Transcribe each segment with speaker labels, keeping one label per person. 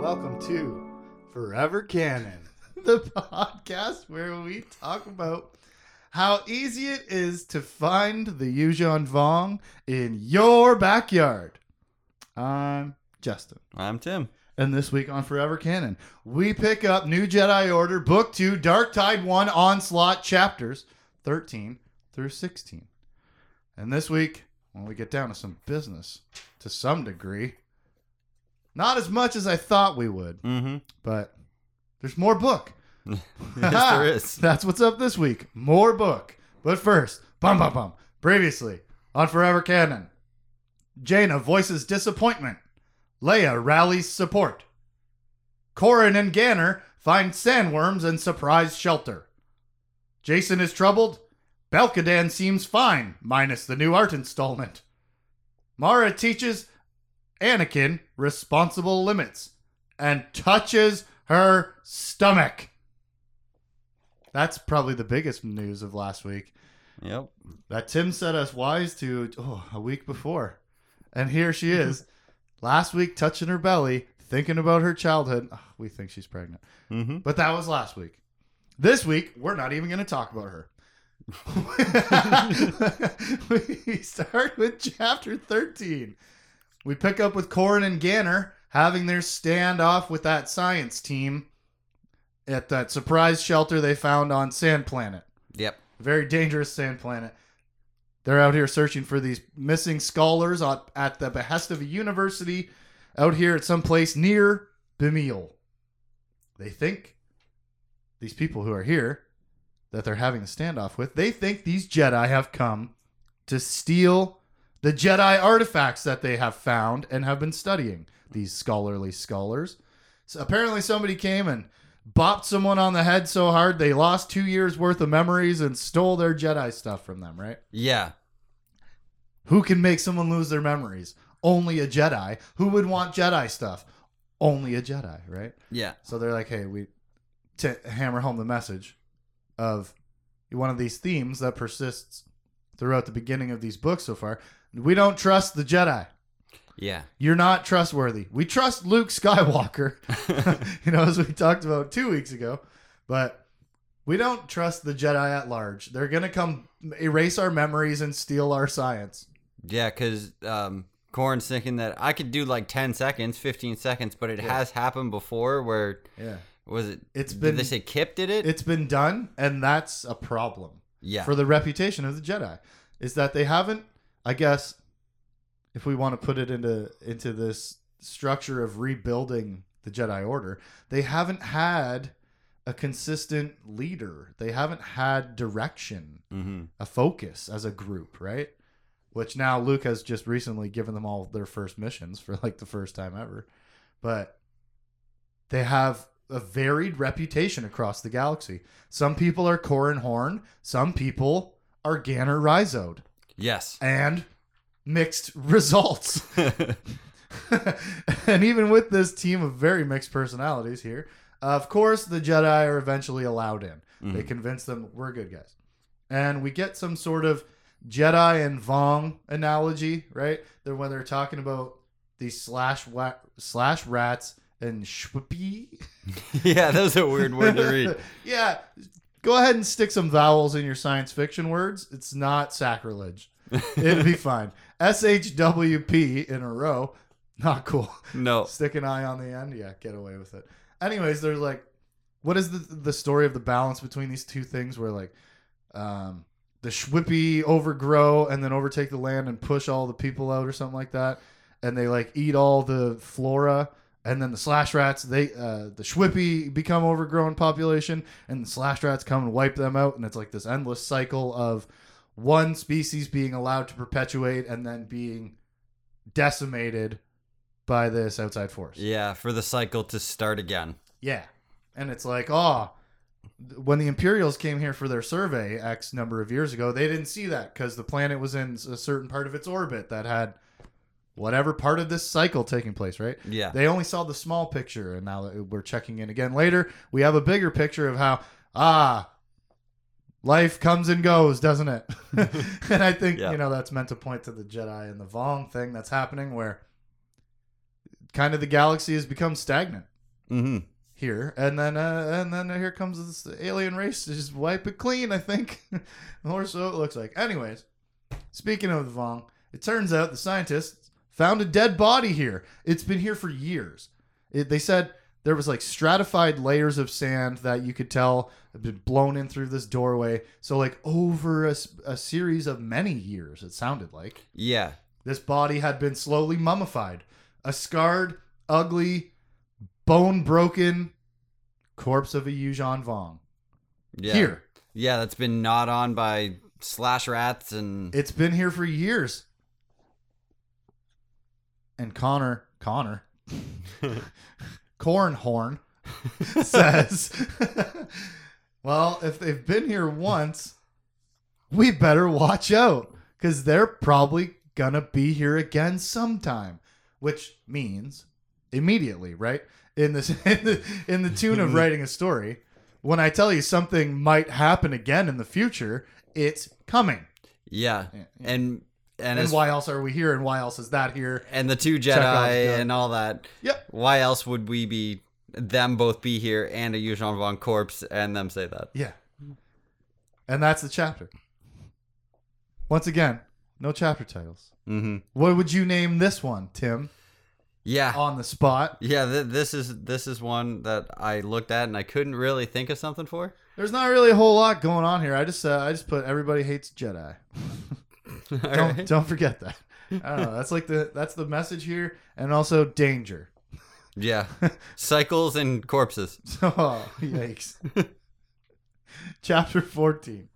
Speaker 1: welcome to Forever Canon.
Speaker 2: the podcast where we talk about how easy it is to find the Yuuzhan Vong in your backyard. I'm Justin,
Speaker 3: I'm Tim.
Speaker 2: and this week on Forever Canon, we pick up New Jedi Order Book 2 Dark Tide 1 Onslaught chapters 13 through 16. And this week, when we get down to some business to some degree, not as much as I thought we would,
Speaker 3: Mm-hmm.
Speaker 2: but there's more book.
Speaker 3: Yes, there is.
Speaker 2: That's what's up this week. More book. But first, bum bum bum. Previously on Forever Canon, Jaina voices disappointment. Leia rallies support. Corin and Ganner find sandworms and surprise shelter. Jason is troubled. Belkadan seems fine, minus the new art installment. Mara teaches Anakin responsible limits and touches her stomach. That's probably the biggest news of last week.
Speaker 3: Yep.
Speaker 2: That Tim set us wise to oh, a week before. And here she is, last week touching her belly, thinking about her childhood. Ah, we think she's pregnant.
Speaker 3: Mm-hmm.
Speaker 2: But that was last week. This week, we're not even going to talk about her. we start with chapter 13. We pick up with Corin and Ganner having their standoff with that science team at that surprise shelter they found on Sand Planet.
Speaker 3: Yep.
Speaker 2: Very dangerous sand planet. They're out here searching for these missing scholars at, at the behest of a university out here at some place near Bemil. They think these people who are here that they're having a standoff with, they think these Jedi have come to steal the Jedi artifacts that they have found and have been studying, these scholarly scholars. So apparently somebody came and bopped someone on the head so hard they lost two years worth of memories and stole their Jedi stuff from them, right?
Speaker 3: Yeah.
Speaker 2: Who can make someone lose their memories? Only a Jedi. Who would want Jedi stuff? Only a Jedi, right?
Speaker 3: Yeah.
Speaker 2: So they're like, hey, we to hammer home the message of one of these themes that persists throughout the beginning of these books so far. We don't trust the Jedi.
Speaker 3: Yeah.
Speaker 2: You're not trustworthy. We trust Luke Skywalker, you know, as we talked about two weeks ago, but we don't trust the Jedi at large. They're going to come erase our memories and steal our science.
Speaker 3: Yeah, because um, Corn's thinking that I could do like 10 seconds, 15 seconds, but it
Speaker 2: Yeah.
Speaker 3: has happened before where,
Speaker 2: Yeah.
Speaker 3: was it,
Speaker 2: It's
Speaker 3: did
Speaker 2: been
Speaker 3: they say Kip did it?
Speaker 2: it's been done and that's a problem.
Speaker 3: yeah.
Speaker 2: for the reputation of the Jedi is that they haven't, I guess, if we want to put it into into this structure of rebuilding the Jedi Order, they haven't had a consistent leader. They haven't had direction,
Speaker 3: mm-hmm.
Speaker 2: a focus as a group, right? Which now Luke has just recently given them all their first missions for like the first time ever. But they have a varied reputation across the galaxy. Some people are Corin Horn, some people are Ganner Rhizode,
Speaker 3: Yes.
Speaker 2: and mixed results. and even with this team of very mixed personalities here, of course, the Jedi are eventually allowed in. They
Speaker 3: Mhm.
Speaker 2: convince them we're good guys. And we get some sort of Jedi and Vong analogy, right? They're when they're talking about these slash wa- slash rats and shwippy.
Speaker 3: yeah, that was a weird word to read.
Speaker 2: yeah. Go ahead and stick some vowels in your science fiction words. It's not sacrilege. It'd be fine. SHWP in a row. Not cool
Speaker 3: No.
Speaker 2: stick an eye on the end. Yeah, get away with it. Anyways, they're like, what is the the story of the balance between these two things? Where like, um, the Schwippy overgrow and then overtake the land and push all the people out or something like that, and they like eat all the flora. And then the slash rats, they uh, the Schwippy become overgrown population, and the slash rats come and wipe them out, and it's like this endless cycle of one species being allowed to perpetuate and then being decimated by this outside force.
Speaker 3: Yeah, for the cycle to start again.
Speaker 2: Yeah. And it's like, oh, when the Imperials came here for their survey X number of years ago, they didn't see that because the planet was in a certain part of its orbit that had whatever part of this cycle taking place, right?
Speaker 3: Yeah.
Speaker 2: They only saw the small picture, and now that we're checking in again later. We have a bigger picture of how ah, life comes and goes, doesn't it? and I think
Speaker 3: Yeah.
Speaker 2: you know that's meant to point to the Jedi and the Vong thing that's happening, where kind of the galaxy has become stagnant.
Speaker 3: Mm-hmm.
Speaker 2: here, and then uh, and then here comes this alien race to just wipe it clean. I think, or so it looks like. Anyways, speaking of the Vong, it turns out the scientists found a dead body here. It's been here for years. It, they said there was like stratified layers of sand that you could tell had been blown in through this doorway. So like over a, s- a series of many years, it sounded like
Speaker 3: Yeah.
Speaker 2: this body had been slowly mummified. A scarred, ugly, bone broken corpse of a Yuuzhan Vong.
Speaker 3: Yeah.
Speaker 2: Here.
Speaker 3: Yeah, that's been gnawed on by slash rats and
Speaker 2: It's been here for years. And Connor, Connor, Cornhorn says, Well, if they've been here once, we better watch out because they're probably going to be here again sometime, which means immediately, right? In, this, in, the, in the tune of writing a story, when I tell you something might happen again in the future, it's coming.
Speaker 3: yeah.
Speaker 2: Yeah, yeah.
Speaker 3: And and
Speaker 2: and,
Speaker 3: as,
Speaker 2: why else are we here and why else is that here
Speaker 3: and the two
Speaker 2: Chekhov's
Speaker 3: Jedi
Speaker 2: gun.
Speaker 3: and all that.
Speaker 2: Yep.
Speaker 3: Why else would we be them both be here and a Yuuzhan von corpse and them say that?
Speaker 2: yeah and that's the chapter once again no chapter titles
Speaker 3: Mm-hmm.
Speaker 2: what would you name this one tim
Speaker 3: Yeah.
Speaker 2: on the spot
Speaker 3: Yeah, th- this is this is one that I looked at and I couldn't really think of something for.
Speaker 2: there's not really a whole lot going on here i just uh, i just put everybody hates jedi
Speaker 3: All
Speaker 2: don't
Speaker 3: right.
Speaker 2: don't forget that i don't know that's like the that's the message here and also danger
Speaker 3: Yeah, cycles and corpses.
Speaker 2: So, oh, yikes. Chapter 14.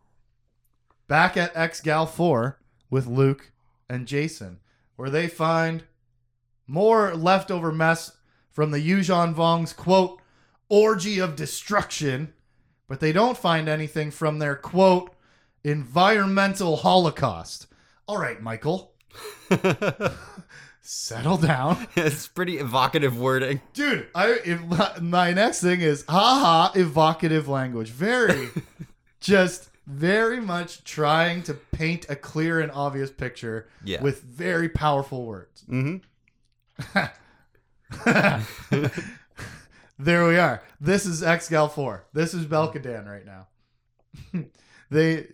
Speaker 2: Back at X Gal 4 with Luke and Jason, where they find more leftover mess from the Yuuzhan Vong's quote, orgy of destruction, but they don't find anything from their quote, environmental holocaust. All right, Michael, settle down.
Speaker 3: it's pretty evocative wording.
Speaker 2: Dude, I if, my next thing is haha evocative language. Very just very much trying to paint a clear and obvious picture
Speaker 3: Yeah.
Speaker 2: with very powerful words.
Speaker 3: mm-hmm.
Speaker 2: there we are. This is Xgal 4. This is Belkadan right now. they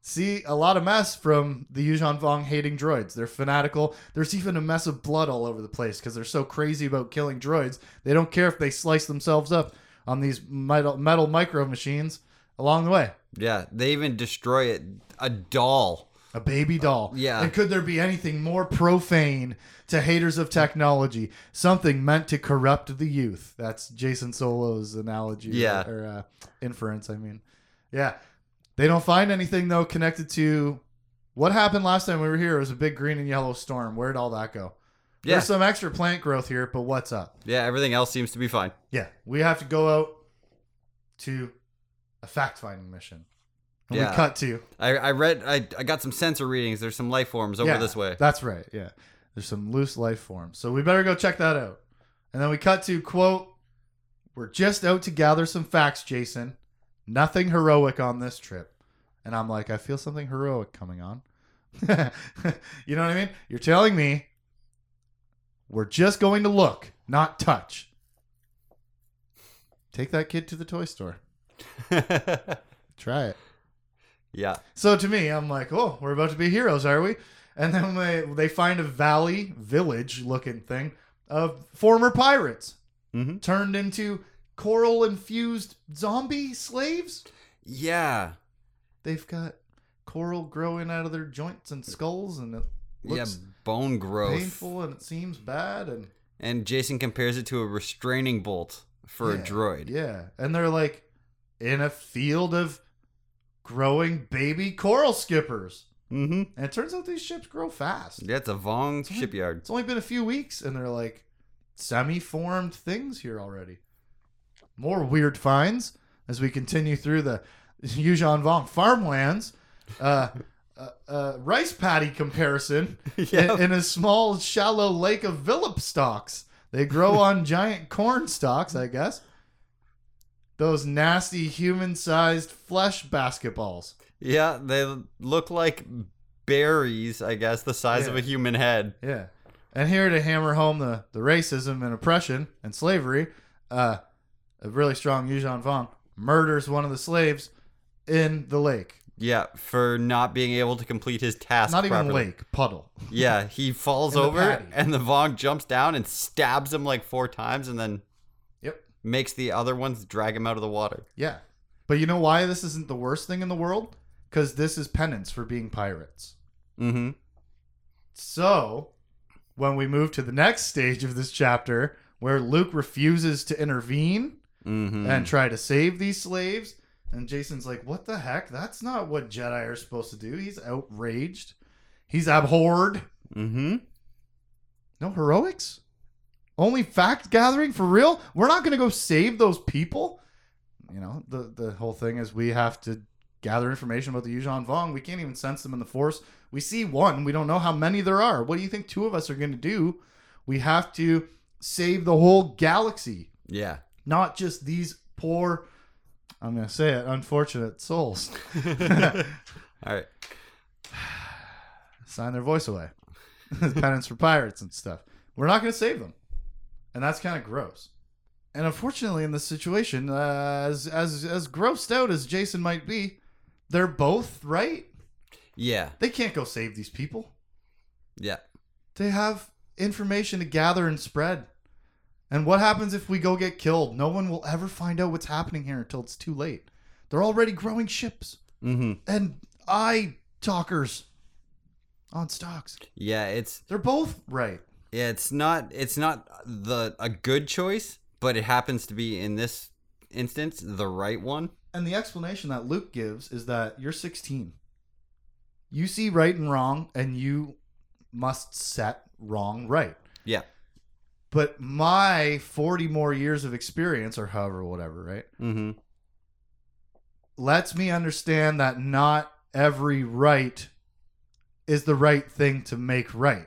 Speaker 2: see a lot of mess from the Yuuzhan Vong hating droids. They're fanatical. There's even a mess of blood all over the place because they're so crazy about killing droids. They don't care if they slice themselves up on these metal, metal micro machines along the way.
Speaker 3: Yeah, they even destroy it. A doll.
Speaker 2: A baby doll.
Speaker 3: Oh, yeah.
Speaker 2: And could there be anything more profane to haters of technology? Something meant to corrupt the youth. That's Jason Solo's analogy.
Speaker 3: Yeah.
Speaker 2: Or uh, inference, I mean. Yeah. They don't find anything, though, connected to what happened last time we were here. It was a big green and yellow storm. Where'd all that go?
Speaker 3: Yeah,
Speaker 2: There's some extra plant growth here, but what's up?
Speaker 3: yeah. Everything else seems to be fine.
Speaker 2: Yeah, we have to go out to a fact finding mission. And
Speaker 3: Yeah.
Speaker 2: we cut to
Speaker 3: I, I read. I, I got some sensor readings. There's some life forms over
Speaker 2: Yeah,
Speaker 3: this way.
Speaker 2: That's right. Yeah. There's some loose life forms. So we better go check that out. And then we cut to quote, We're just out to gather some facts, Jason. Nothing heroic on this trip. And I'm like, I feel something heroic coming on. you know what I mean? You're telling me we're just going to look, not touch. Take that kid to the toy store. Try it.
Speaker 3: yeah.
Speaker 2: So to me, I'm like, oh, we're about to be heroes, are we? And then they, they find a valley village looking thing of former pirates
Speaker 3: Mm-hmm.
Speaker 2: turned into coral infused zombie slaves.
Speaker 3: Yeah.
Speaker 2: They've got coral growing out of their joints and skulls, and it looks
Speaker 3: yeah. Bone growth.
Speaker 2: painful and it seems bad. And
Speaker 3: And Jason compares it to a restraining bolt for
Speaker 2: Yeah,
Speaker 3: a droid.
Speaker 2: yeah, and they're like in a field of growing baby coral skippers.
Speaker 3: Mm-hmm.
Speaker 2: And it turns out these ships grow fast.
Speaker 3: That's a
Speaker 2: only-
Speaker 3: Vong shipyard.
Speaker 2: It's only been a few weeks, and they're like semi-formed things here already. More weird finds as we continue through the Yuuzhan Vong farmlands. Uh, uh, uh, rice paddy comparison
Speaker 3: Yeah.
Speaker 2: in, in a small, shallow lake of Villip stalks. They grow on giant corn stalks, I guess. Those nasty human-sized flesh basketballs.
Speaker 3: Yeah, they look like berries, I guess, the size of
Speaker 2: Yeah.
Speaker 3: a human head.
Speaker 2: Yeah. And here to hammer home the, the racism and oppression and slavery, uh, a really strong Yuuzhan Vong, murders one of the slaves in the lake.
Speaker 3: Yeah, for not being able to complete his task.
Speaker 2: Not even
Speaker 3: properly.
Speaker 2: lake, puddle.
Speaker 3: Yeah, he falls
Speaker 2: In the
Speaker 3: over
Speaker 2: patty.
Speaker 3: and the Vong jumps down and stabs him like four times and then
Speaker 2: Yep.
Speaker 3: makes the other ones drag him out of the water.
Speaker 2: Yeah. But you know why this isn't the worst thing in the world? Because this is penance for being pirates.
Speaker 3: Mm-hmm.
Speaker 2: So, when we move to the next stage of this chapter, where Luke refuses to intervene
Speaker 3: Mm-hmm.
Speaker 2: and try to save these slaves, and Jason's like, What the heck? That's not what Jedi are supposed to do. He's outraged, he's abhorred.
Speaker 3: mm-hmm.
Speaker 2: No heroics? Only fact gathering for real? We're not going to go save those people. You know, the the whole thing is we have to gather information about the Yuuzhan Vong. We can't even sense them in the Force. We see one. We don't know how many there are. What do you think two of us are going to do? We have to save the whole galaxy,
Speaker 3: Yeah.
Speaker 2: not just these poor. I'm going to say it, unfortunate souls.
Speaker 3: All right.
Speaker 2: sign their voice away. Penance for pirates and stuff. We're not going to save them, and that's kind of gross. And unfortunately, in this situation, uh, as as as grossed out as Jason might be, they're both right.
Speaker 3: Yeah.
Speaker 2: They can't go save these people.
Speaker 3: Yeah.
Speaker 2: They have information to gather and spread. And what happens if we go get killed? No one will ever find out what's happening here until it's too late. They're already growing ships
Speaker 3: Mm-hmm.
Speaker 2: and eye talkers on stocks.
Speaker 3: Yeah. It's
Speaker 2: They're both right.
Speaker 3: yeah. It's not. It's not the a good choice, but it happens to be in this instance the right one.
Speaker 2: And the explanation that Luke gives is that you're 16. You see right and wrong, and you must set wrong right.
Speaker 3: Yeah.
Speaker 2: But my 40 more years of experience, or however, whatever, right,
Speaker 3: Mm-hmm.
Speaker 2: lets me understand that not every right is the right thing to make right.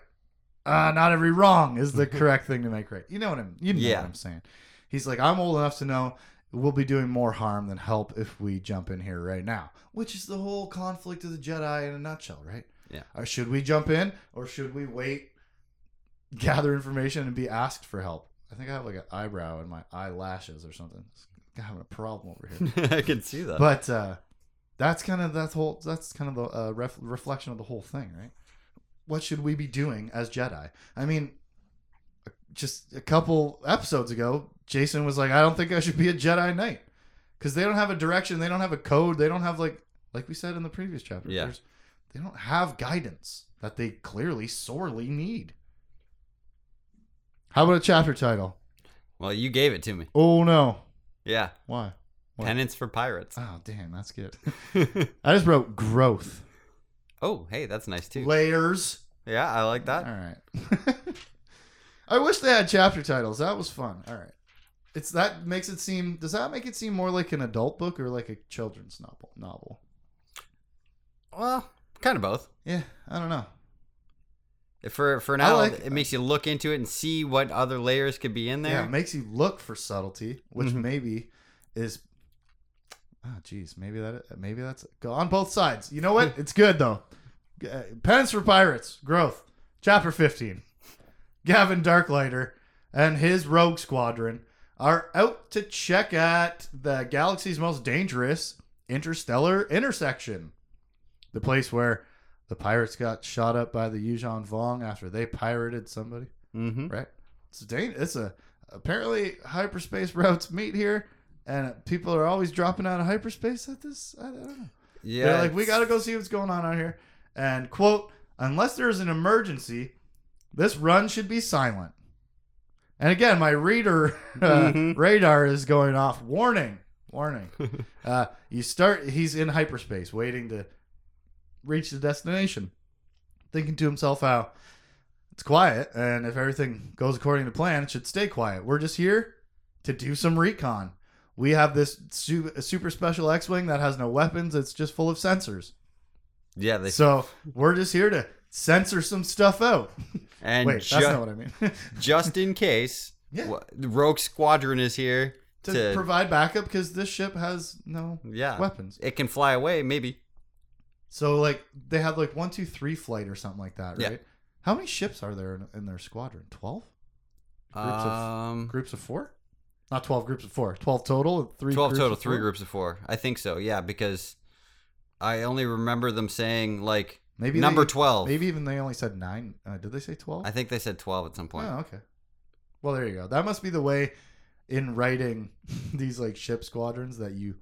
Speaker 2: Uh, not every wrong is the correct thing to make right. You know what I'm you know
Speaker 3: Yeah.
Speaker 2: what I'm saying. He's like, I'm old enough to know we'll be doing more harm than help if we jump in here right now. Which is the whole conflict of the Jedi in a nutshell, right?
Speaker 3: Yeah.
Speaker 2: Or should we jump in or should we wait, gather information and be asked for help? I think I have like an eyebrow in my eyelashes or something. I'm having a problem over here
Speaker 3: I can see that.
Speaker 2: but uh, that's kind of that whole that's kind of the uh, ref- reflection of the whole thing right what should we be doing as jedi i mean uh, just a couple episodes ago jason was like i don't think i should be a jedi knight because they don't have a direction they don't have a code they don't have like like we said in the previous chapter
Speaker 3: Yeah.
Speaker 2: there's- they don't have guidance that they clearly sorely need how about a chapter title
Speaker 3: well, you gave it to me.
Speaker 2: oh no
Speaker 3: Yeah.
Speaker 2: why What? Uh,
Speaker 3: Penance for pirates.
Speaker 2: oh damn that's good i just wrote growth
Speaker 3: oh, hey, that's nice too.
Speaker 2: layers.
Speaker 3: yeah, I like
Speaker 2: All
Speaker 3: that.
Speaker 2: right. I wish they had chapter titles. That was fun. All right. It's that makes it seem. Does that make it seem more like an adult book or like a children's novel? Novel.
Speaker 3: Well, kind of both.
Speaker 2: Yeah, I don't know.
Speaker 3: For for an
Speaker 2: I
Speaker 3: adult,
Speaker 2: like-
Speaker 3: it makes you look into it and see what other layers could be in there.
Speaker 2: Yeah, it makes you look for subtlety, which
Speaker 3: Mhm.
Speaker 2: maybe is. Oh, geez, maybe that maybe that's go on both sides. You know what? It's good though. Uh, Penance for Pirates, Growth, Chapter 15. Gavin Darklighter and his rogue squadron are out to check at the galaxy's most dangerous interstellar intersection, the place where the pirates got shot up by the Yuuzhan Vong after they pirated somebody.
Speaker 3: Mm-hmm.
Speaker 2: Right. It's a dang- it's a apparently hyperspace routes meet here, and people are always dropping out of hyperspace at this. I don't know.
Speaker 3: Yeah.
Speaker 2: They're like, we
Speaker 3: it's-
Speaker 2: got to go see what's going on out here. And quote, unless there is an emergency, this run should be silent. And again, my reader uh,
Speaker 3: Mhm.
Speaker 2: radar is going off. Warning, warning. uh, you start. He's in hyperspace, waiting to reach the destination, thinking to himself, "How it's quiet, and if everything goes according to plan, it should stay quiet. We're just here to do some recon. We have this su- super special X-wing that has no weapons. It's just full of sensors.
Speaker 3: Yeah. They
Speaker 2: so we're just here to censor some stuff out.
Speaker 3: and
Speaker 2: Wait,
Speaker 3: ju-
Speaker 2: that's not what I mean.
Speaker 3: just in case,
Speaker 2: Yeah.
Speaker 3: wha- the Rogue Squadron is here
Speaker 2: to
Speaker 3: to.
Speaker 2: provide backup because this ship has no
Speaker 3: yeah.
Speaker 2: weapons.
Speaker 3: It can fly away, maybe.
Speaker 2: So like they have like one, two, three flight or something like that,
Speaker 3: Yeah.
Speaker 2: right? How many ships are there in, in their squadron? Twelve
Speaker 3: Um,
Speaker 2: groups of four? Not 12 groups of four, 12 total, and three
Speaker 3: 12
Speaker 2: groups
Speaker 3: total,
Speaker 2: of
Speaker 3: three
Speaker 2: four?
Speaker 3: groups of four. I think so. Yeah, because I only remember them saying like
Speaker 2: Maybe
Speaker 3: number
Speaker 2: they-
Speaker 3: 12.
Speaker 2: Maybe even they only said nine. Uh, did they say 12?
Speaker 3: I think they said 12 at some point.
Speaker 2: Oh, okay. Well, there you go. That must be the way in writing these like ship squadrons that you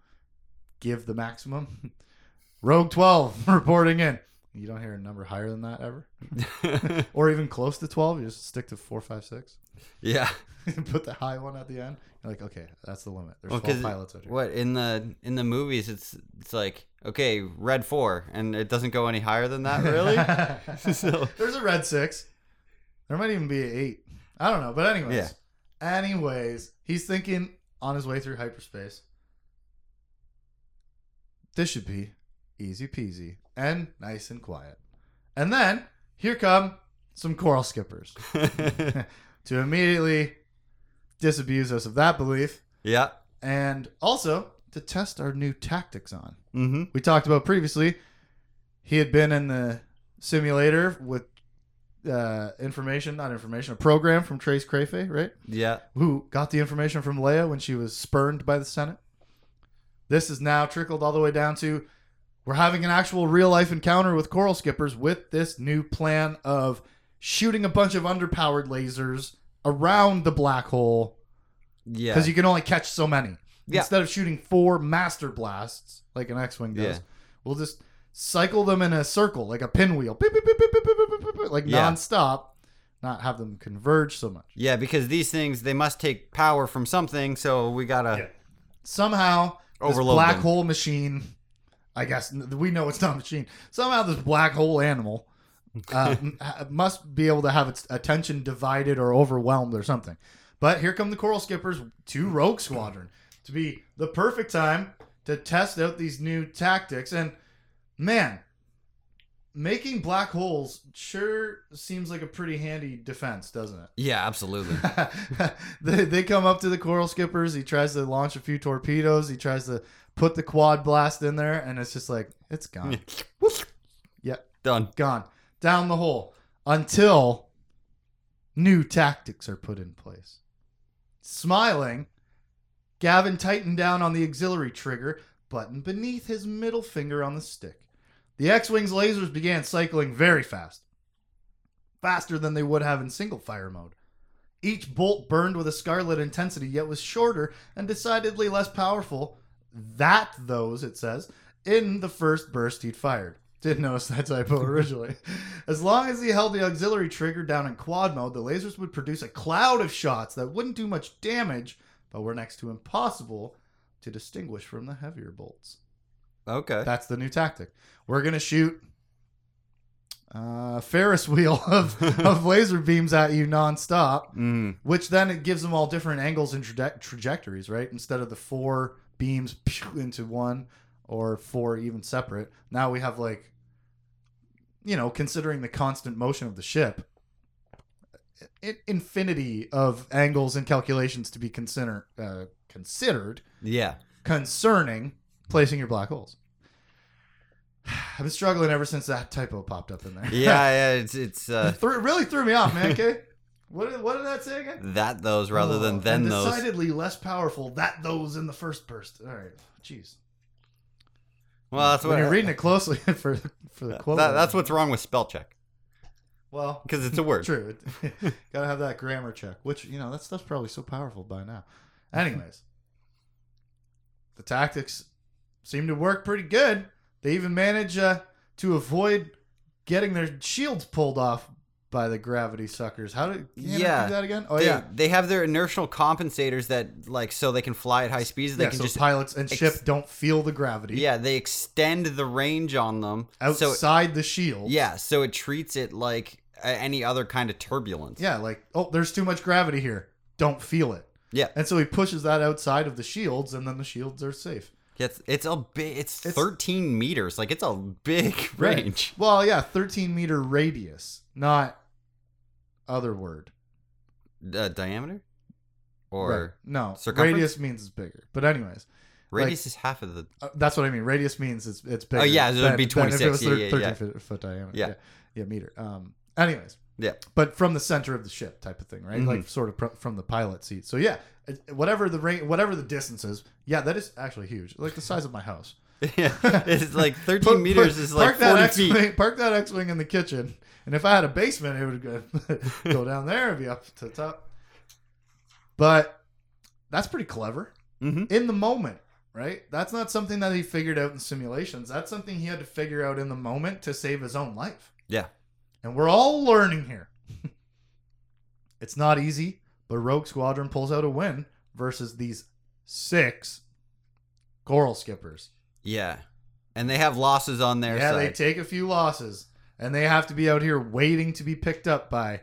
Speaker 2: give the maximum. Rogue 12 reporting in. You don't hear a number higher than that ever, or even close to 12. You just stick to four, five, six.
Speaker 3: yeah.
Speaker 2: Put the high one at the end. You're like, okay, that's the limit. There's
Speaker 3: Well,
Speaker 2: 12
Speaker 3: 'cause
Speaker 2: pilots out here.
Speaker 3: What in the in the movies it's it's like okay, red 4 and it doesn't go any higher than that really? So-
Speaker 2: There's a red six. There might even be an eight. I don't know. But anyways,
Speaker 3: Yeah.
Speaker 2: anyways, he's thinking on his way through hyperspace. This should be easy peasy and nice and quiet. And then here come some coral skippers to immediately disabuse us of that belief
Speaker 3: yeah.
Speaker 2: and also to test our new tactics on
Speaker 3: Mhm.
Speaker 2: we talked about previously. He had been in the simulator with uh, information, not information, a program from Trace Crayfe, right?
Speaker 3: Yeah.
Speaker 2: Who got the information from Leia when she was spurned by the Senate. This is now trickled all the way down to we're having an actual real life encounter with coral skippers with this new plan of shooting a bunch of underpowered lasers around the black hole
Speaker 3: Yeah.
Speaker 2: because you can only catch so many.
Speaker 3: Yeah.
Speaker 2: Instead of shooting four master blasts like an X-wing does,
Speaker 3: Yeah.
Speaker 2: we'll just cycle them in a circle like a pinwheel, Beep, beep, beep, beep, beep, beep, beep, beep, beep, beep, like
Speaker 3: Yeah.
Speaker 2: nonstop, not have them converge so much.
Speaker 3: yeah, because these things they must take power from something, so we got to
Speaker 2: Somehow,
Speaker 3: Overload
Speaker 2: this black
Speaker 3: them.
Speaker 2: hole machine. I guess n- we know it's not a machine. Somehow, this black hole animal uh, m- ha- must be able to have its attention divided or overwhelmed or something. But here come the coral skippers to Rogue Squadron to be the perfect time to test out these new tactics. And man, making black holes sure seems like a pretty handy defense, doesn't it?
Speaker 3: Yeah, absolutely.
Speaker 2: they, they come up to the coral skippers. He tries to launch a few torpedoes. He tries to put the quad blast in there, and it's just like it's gone, Yep.
Speaker 3: Uh, Done.
Speaker 2: gone down the hole until new tactics are put in place. Smiling, Gavin tightened down on the auxiliary trigger button beneath his middle finger on the stick. The X-wing's lasers began cycling very fast, faster than they would have in single fire mode. Each bolt burned with a scarlet intensity, yet was shorter and decidedly less powerful that those, it says, in the first burst he'd fired. Didn't notice that typo originally. As long as he held the auxiliary trigger down in quad mode, the lasers would produce a cloud of shots that wouldn't do much damage, but were next to impossible to distinguish from the heavier bolts.
Speaker 3: Okay.
Speaker 2: That's the new tactic. We're gonna shoot uh, Ferris wheel of, of laser beams at you nonstop
Speaker 3: Mm.
Speaker 2: which then it gives them all different angles and traje- trajectories, right? Instead of the four beams pew, into one or four even separate, now we have like, you know, considering the constant motion of the ship, i- infinity of angles and calculations to be consider uh, considered
Speaker 3: Yeah.
Speaker 2: concerning placing your black holes. I've been struggling ever since that typo popped up in there.
Speaker 3: Yeah, yeah, it's it's uh
Speaker 2: It threw- really threw me off, man. Okay, what did, what did that say again?
Speaker 3: that those rather
Speaker 2: Oh,
Speaker 3: than then
Speaker 2: and
Speaker 3: those.
Speaker 2: Decidedly less powerful that those in the first burst. All right, jeez.
Speaker 3: Well, that's what
Speaker 2: when you're reading it closely for for the
Speaker 3: that-
Speaker 2: quote.
Speaker 3: that's what's wrong with spell check
Speaker 2: well
Speaker 3: because it's a word.
Speaker 2: true. Gotta have that grammar check, which you know that stuff's probably so powerful by now. Anyways, the tactics seem to work pretty good. They even manage uh, to avoid getting their shields pulled off by the gravity suckers. How did you
Speaker 3: Yeah.
Speaker 2: do that again? Oh
Speaker 3: they,
Speaker 2: yeah.
Speaker 3: they have their inertial compensators that like so they can fly at high speeds. They
Speaker 2: yeah,
Speaker 3: can
Speaker 2: so
Speaker 3: just
Speaker 2: pilots and
Speaker 3: ex-
Speaker 2: ship don't feel the gravity.
Speaker 3: yeah they extend the range on them. So
Speaker 2: outside the shield.
Speaker 3: yeah, so it treats it like a- any other kind of turbulence.
Speaker 2: Yeah, like, oh, there's too much gravity here. Don't feel it.
Speaker 3: Yeah.
Speaker 2: And so he pushes that outside of the shields, and then the shields are safe.
Speaker 3: It's it's a big. It's,
Speaker 2: It's-
Speaker 3: thirteen meters. Like it's a big
Speaker 2: Right.
Speaker 3: range.
Speaker 2: Well, yeah, 13 meter radius, not other word.
Speaker 3: Uh, diameter, or
Speaker 2: Right. no,
Speaker 3: circumference?
Speaker 2: radius means it's bigger. But anyways,
Speaker 3: radius is half of the.
Speaker 2: uh, that's what I mean. Radius means it's it's bigger.
Speaker 3: Oh, yeah, so it'd
Speaker 2: than-
Speaker 3: be
Speaker 2: than if it was
Speaker 3: 26. Yeah,
Speaker 2: thir-
Speaker 3: yeah, yeah.
Speaker 2: foot, foot diameter.
Speaker 3: Yeah.
Speaker 2: yeah, yeah, meter. Um. Anyways,
Speaker 3: Yeah. Mm-hmm.
Speaker 2: but from the center of the ship type of thing, right? Like sort of pr- from the pilot seat. So yeah, it- whatever the range, whatever the distance is, yeah, that is actually huge, like the size of my house.
Speaker 3: Yeah. It's like 13
Speaker 2: Put- put-
Speaker 3: meters is like
Speaker 2: park that
Speaker 3: 40 feet.
Speaker 2: X-wing, Park that X-wing in the kitchen, and if I had a basement, it would go, go down there and be up to the top. But that's pretty clever
Speaker 3: Mhm.
Speaker 2: in the moment, right? That's not something that he figured out in simulations. That's something he had to figure out in the moment to save his own life.
Speaker 3: Yeah.
Speaker 2: And we're all learning here. it's not easy, but Rogue Squadron pulls out a win versus these six coral skippers.
Speaker 3: Yeah. And they have losses on their
Speaker 2: yeah, they
Speaker 3: side.
Speaker 2: take a few losses, and they have to be out here waiting to be picked up by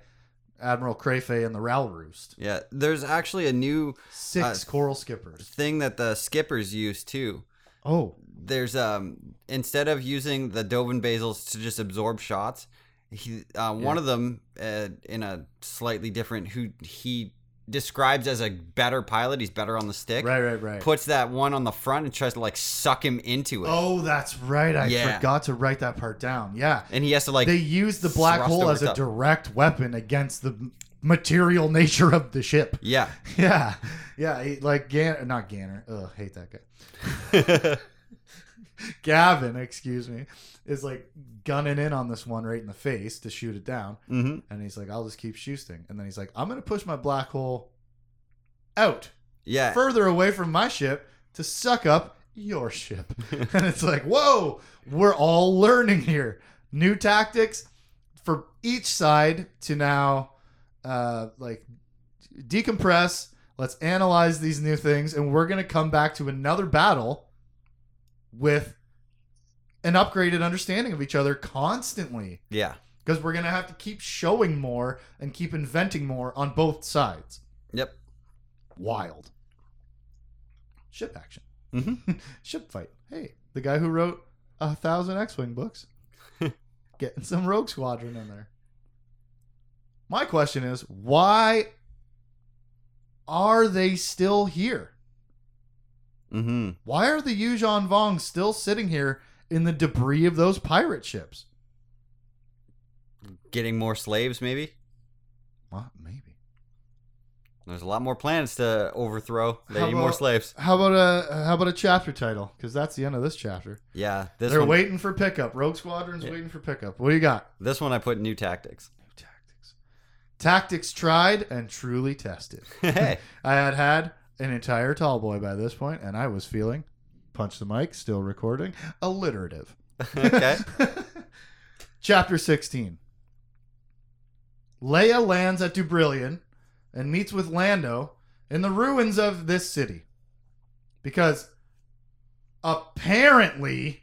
Speaker 2: Admiral Crayfe and the Ralroost.
Speaker 3: yeah. There's actually a new
Speaker 2: Six
Speaker 3: Uh,
Speaker 2: coral skippers.
Speaker 3: thing that the skippers use too.
Speaker 2: Oh,
Speaker 3: There's um instead of using the Dovin Basils to just absorb shots, he uh, one of them uh, in a slightly different who he describes as a better pilot. He's better on the stick.
Speaker 2: right, right, right.
Speaker 3: Puts that one on the front and tries to like suck him into it,
Speaker 2: Oh, that's right. I
Speaker 3: Yeah.
Speaker 2: forgot to write that part down. Yeah.
Speaker 3: and he has to like
Speaker 2: they use the black
Speaker 3: thrust
Speaker 2: hole
Speaker 3: over
Speaker 2: as a
Speaker 3: top.
Speaker 2: direct weapon against the m- material nature of the ship.
Speaker 3: yeah.
Speaker 2: Yeah, yeah, he, like Gan, not Ganner. Ugh, hate that guy. Gavin, excuse me, is like gunning in on this one right in the face to shoot it down,
Speaker 3: hmm
Speaker 2: and he's like, "I'll just keep shooting," and then he's like, "I'm gonna push my black hole out
Speaker 3: Yeah.
Speaker 2: further away from my ship to suck up your ship," and it's like, "Whoa, we're all learning here, new tactics for each side to now, uh, like decompress." Let's analyze these new things, and we're going to come back to another battle with an upgraded understanding of each other constantly
Speaker 3: yeah.
Speaker 2: because we're going to have to keep showing more and keep inventing more on both sides.
Speaker 3: Yep.
Speaker 2: Wild. Ship action.
Speaker 3: Mhm.
Speaker 2: Ship fight. Hey, the guy who wrote a thousand X Wing books getting some Rogue Squadron in there. My question is why are they still here?
Speaker 3: hmm
Speaker 2: Why are the Yuuzhan Vong still sitting here in the debris of those pirate ships?
Speaker 3: Getting more slaves, maybe.
Speaker 2: Well, maybe.
Speaker 3: There's a lot more planets to overthrow. They
Speaker 2: How
Speaker 3: need more
Speaker 2: about-
Speaker 3: slaves.
Speaker 2: How about a how about a chapter title? Because that's the end of this chapter.
Speaker 3: Yeah. This
Speaker 2: They're
Speaker 3: one,
Speaker 2: waiting for pickup. Rogue Squadron's
Speaker 3: Yeah.
Speaker 2: waiting for pickup. What do you got?
Speaker 3: this one I put new tactics.
Speaker 2: New tactics. Tactics tried and truly tested.
Speaker 3: hey.
Speaker 2: I had had an entire tall boy by this point, and I was feeling punch the mic, still recording, alliterative.
Speaker 3: Okay.
Speaker 2: Chapter 16. Leia lands at Dubrillion and meets with Lando in the ruins of this city. Because apparently,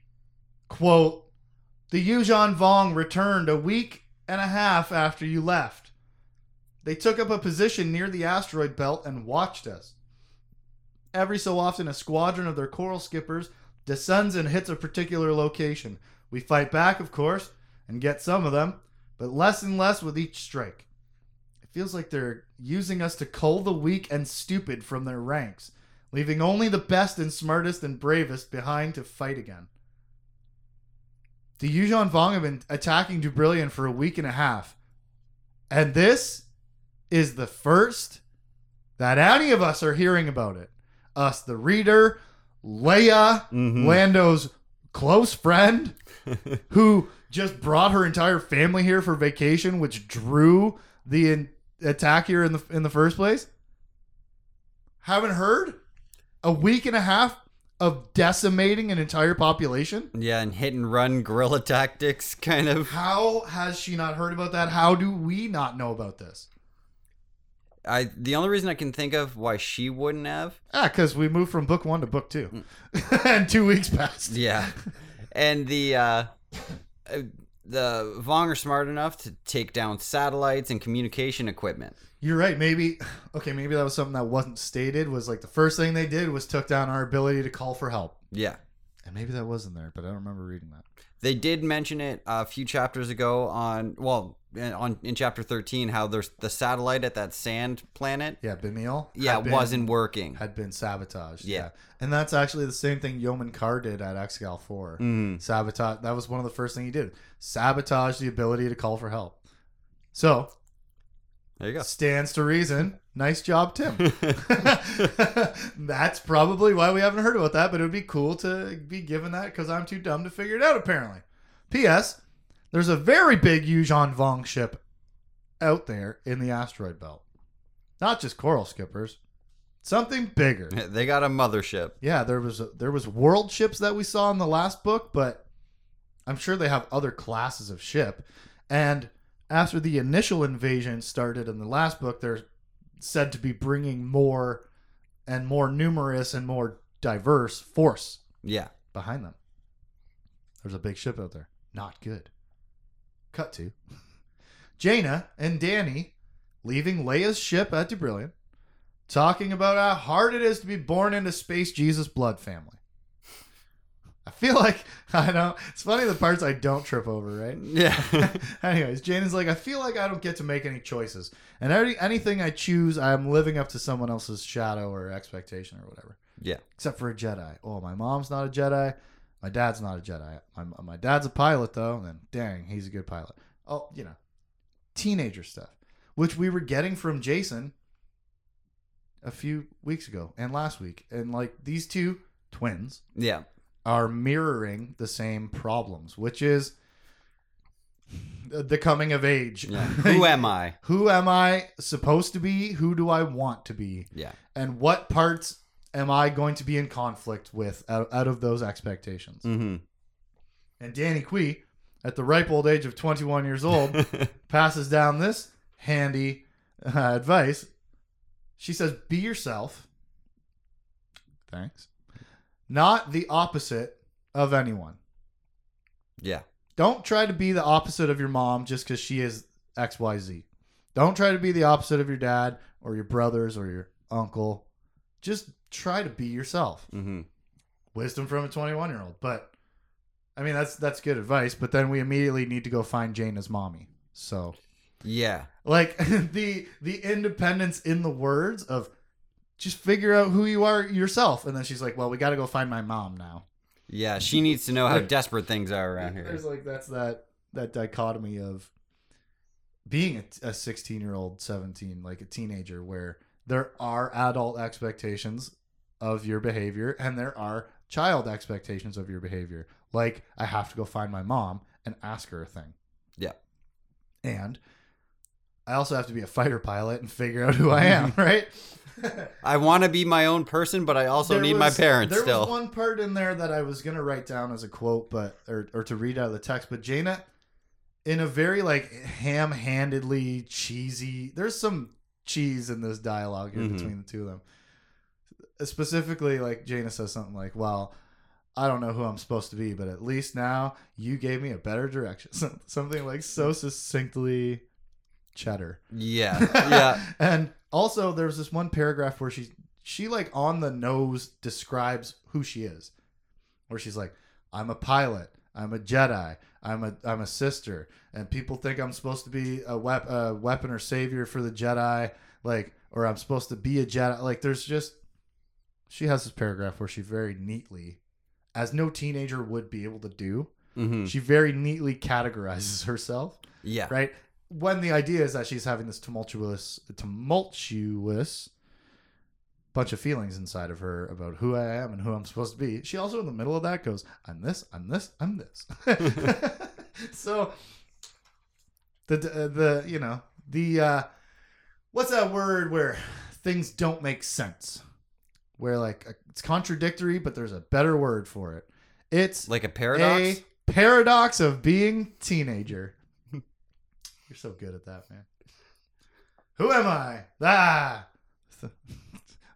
Speaker 2: quote, the Yuuzhan Vong returned a week and a half after you left. They took up a position near the asteroid belt and watched us. Every so often, a squadron of their coral skippers descends and hits a particular location. We fight back, of course, and get some of them, but less and less with each strike. It feels like they're using us to cull the weak and stupid from their ranks, leaving only the best and smartest and bravest behind to fight again. The Yuuzhan Vong have been attacking Dubrillion for a week and a half, and this is the first that any of us are hearing about it. Us, the reader, Leia,
Speaker 3: Mhm.
Speaker 2: Lando's close friend, who just brought her entire family here for vacation, which drew the in- attack here in the in the first place. Haven't heard a week and a half of decimating an entire population.
Speaker 3: Yeah, and hit and run guerrilla tactics, kind of.
Speaker 2: How has she not heard about that? How do we not know about this?
Speaker 3: I the only reason I can think of why she wouldn't have.
Speaker 2: Ah, because we moved from book one to book two, and two weeks passed.
Speaker 3: Yeah, and the uh, uh, the Vong are smart enough to take down satellites and communication equipment.
Speaker 2: You're right. Maybe okay. Maybe that was something that wasn't stated. Was like the first thing they did was took down our ability to call for help,
Speaker 3: Yeah,
Speaker 2: and maybe that wasn't there, but I don't remember reading that.
Speaker 3: they did mention it a few chapters ago on well in- on in chapter thirteen how there's the satellite at that sand planet.
Speaker 2: Yeah, Bimiel.
Speaker 3: Yeah,
Speaker 2: had been-
Speaker 3: wasn't working.
Speaker 2: had been sabotaged.
Speaker 3: Yeah.
Speaker 2: and that's actually the same thing Yeoman Carr did at Excal Four.
Speaker 3: Mm.
Speaker 2: Sabotage. That was one of the first thing he did. Sabotage the ability to call for help. So
Speaker 3: There you go.
Speaker 2: stands to reason. Nice job, Tim. That's probably why we haven't heard about that, but it would be cool to be given that because I'm too dumb to figure it out, apparently. P.S. There's a very big Yuzhan Vong ship out there in the asteroid belt. Not just coral skippers, something bigger.
Speaker 3: they got a mothership.
Speaker 2: yeah, there was there was world ships that we saw in the last book, but I'm sure they have other classes of ship. And after the initial invasion started in the last book, they're said to be bringing more and more numerous and more diverse force
Speaker 3: Yeah.
Speaker 2: behind them. There's a big ship out there. Not good. Cut to Jaina and Danny leaving Leia's ship at Debrillion, talking about how hard it is to be born into Space Jesus blood family. I feel like I don't. It's funny the parts I don't trip over, right?
Speaker 3: Yeah.
Speaker 2: Anyways, Jane is like, I feel like I don't get to make any choices, and every, anything I choose, I'm living up to someone else's shadow or expectation or whatever.
Speaker 3: Yeah.
Speaker 2: Except for a Jedi. Oh, my mom's not a Jedi. My dad's not a Jedi. My my dad's a pilot though, and then dang, he's a good pilot. Oh, you know, teenager stuff, which we were getting from Jason a few weeks ago and last week, and like these two twins
Speaker 3: yeah.
Speaker 2: are mirroring the same problems, which is the coming of age.
Speaker 3: Yeah. Who am I?
Speaker 2: Who am I supposed to be? Who do I want to be?
Speaker 3: Yeah.
Speaker 2: And what parts am I going to be in conflict with out, out of those expectations?
Speaker 3: Mm-hmm.
Speaker 2: And Danny Quee, at the ripe old age of 21 years old, passes down this handy uh, advice. She says, Be yourself. Thanks. Not the opposite of anyone.
Speaker 3: yeah.
Speaker 2: Don't try to be the opposite of your mom just because she is XYZ. Don't try to be the opposite of your dad or your brothers or your uncle. Just try to be yourself.
Speaker 3: Mm-hmm.
Speaker 2: Wisdom from a 21 year old. But I mean, that's that's good advice. But then we immediately need to go find Jane as mommy. So
Speaker 3: Yeah.
Speaker 2: like the the independence in the words of just figure out who you are yourself. And then she's like, well, we got to go find my mom now.
Speaker 3: Yeah. She needs to know how desperate things are around here.
Speaker 2: There's like that's that that dichotomy of being a, a 16 year old, 17, like a teenager, where there are adult expectations of your behavior and there are child expectations of your behavior. Like I have to go find my mom and ask her a thing.
Speaker 3: Yeah.
Speaker 2: And I also have to be a fighter pilot and figure out who I am, right?
Speaker 3: I want to be my own person, but I also
Speaker 2: There
Speaker 3: need my
Speaker 2: was-
Speaker 3: parents
Speaker 2: there
Speaker 3: still.
Speaker 2: was one part in there that I was gonna write down as a quote, but or, or to read out of the text, but Jaina, in a very like ham-handedly cheesy, there's some cheese in this dialogue here
Speaker 3: Mhm.
Speaker 2: between the two of them. Specifically, like Jaina says something like, "Well, I don't know who I'm supposed to be, but at least now you gave me a better direction." Some- Something like so succinctly cheddar
Speaker 3: yeah. Yeah.
Speaker 2: and also there's this one paragraph where she she like on the nose describes who she is. Where she's like, I'm a pilot, I'm a Jedi, I'm a I'm a sister, and people think I'm supposed to be a, wep- a weapon or savior for the Jedi, like or I'm supposed to be a Jedi. Like there's just she has this paragraph where she very neatly as no teenager would be able to do,
Speaker 3: Mm-hmm.
Speaker 2: she very neatly categorizes herself
Speaker 3: Yeah.
Speaker 2: right? When the idea is that she's having this tumultuous, tumultuous bunch of feelings inside of her about who I am and who I'm supposed to be, she also in the middle of that goes, "I'm this, I'm this, I'm this." so the uh, the you know the uh, what's that word where things don't make sense, where like it's contradictory, but there's a better word for it. It's
Speaker 3: Like a paradox.
Speaker 2: a paradox of being teenager. You're so good at that, man. Who am I? Ah.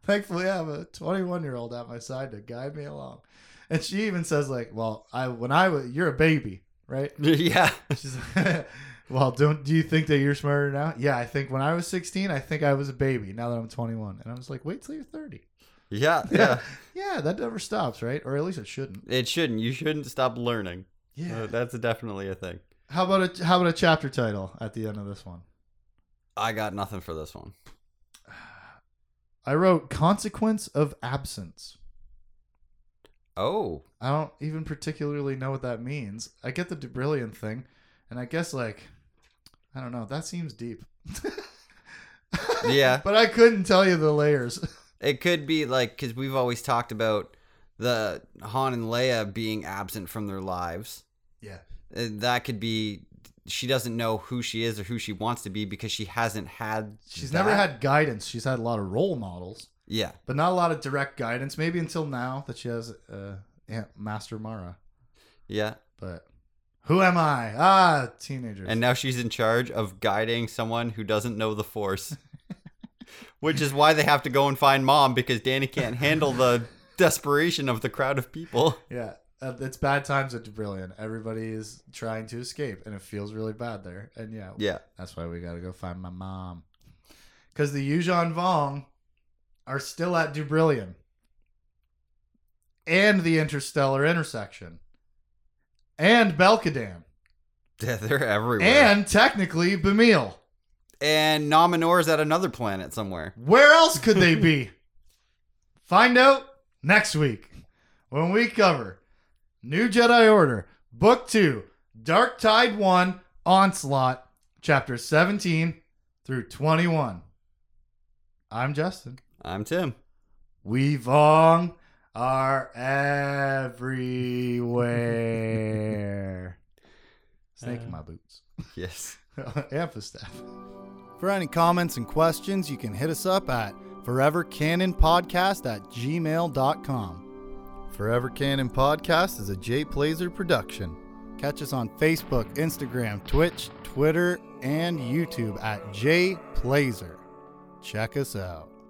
Speaker 2: Thankfully, I have a 21 year old at my side to guide me along, and she even says like, "Well, I when I was you're a baby, right?"
Speaker 3: yeah.
Speaker 2: She's like, "Well, don't do you think that you're smarter now?" Yeah, I think when I was 16, I think I was a baby. Now that I'm 21, and I was like, "Wait till you're 30."
Speaker 3: Yeah. Yeah.
Speaker 2: Yeah, that never stops, right? Or at least it shouldn't.
Speaker 3: It shouldn't. You shouldn't stop learning.
Speaker 2: Yeah.
Speaker 3: Uh, that's definitely a thing.
Speaker 2: How about a how about a chapter title at the end of this one?
Speaker 3: I got nothing for this one.
Speaker 2: I wrote consequence of absence.
Speaker 3: Oh.
Speaker 2: I don't even particularly know what that means. I get the Debrillion thing, and I guess like I don't know. That seems deep.
Speaker 3: Yeah.
Speaker 2: But I couldn't tell you the layers.
Speaker 3: It could be like because we've always talked about the Han and Leia being absent from their lives.
Speaker 2: Yeah.
Speaker 3: Uh, That could be she doesn't know who she is or who she wants to be because she hasn't had.
Speaker 2: She's
Speaker 3: that.
Speaker 2: never had guidance. She's had a lot of role models,
Speaker 3: Yeah,
Speaker 2: but not a lot of direct guidance. Maybe until now that she has uh, Aunt Master Mara.
Speaker 3: yeah,
Speaker 2: But who am I? Ah, teenagers.
Speaker 3: and now she's in charge of guiding someone who doesn't know the Force, which is why they have to go and find Mom because Danny can't handle the desperation of the crowd of people.
Speaker 2: yeah, uh, it's bad times at Brilliant. Everybody is trying to escape, and it feels really bad there. And yeah,
Speaker 3: Yeah,
Speaker 2: That's why we gotta go find my mom. Cause the Yuuzhan Vong are still at Dubrillion. And the Interstellar Intersection. And Belkadam.
Speaker 3: they're everywhere.
Speaker 2: And technically Bemil.
Speaker 3: and Nominor is at another planet somewhere.
Speaker 2: Where else could they be? Find out next week when we cover New Jedi Order, Book 2, Dark Tide 1, Onslaught, Chapter 17 through 21. I'm Justin.
Speaker 3: I'm Tim.
Speaker 2: We Vong are everywhere. Snake in my boots.
Speaker 3: Yes.
Speaker 2: Amphistaff. For any comments and questions, you can hit us up at forevercanonpodcast at gmail.com. Forever Canon Podcast is a Jay Plazer production. Catch us on Facebook, Instagram, Twitch, Twitter, and YouTube at Jay Plazer. Check us out.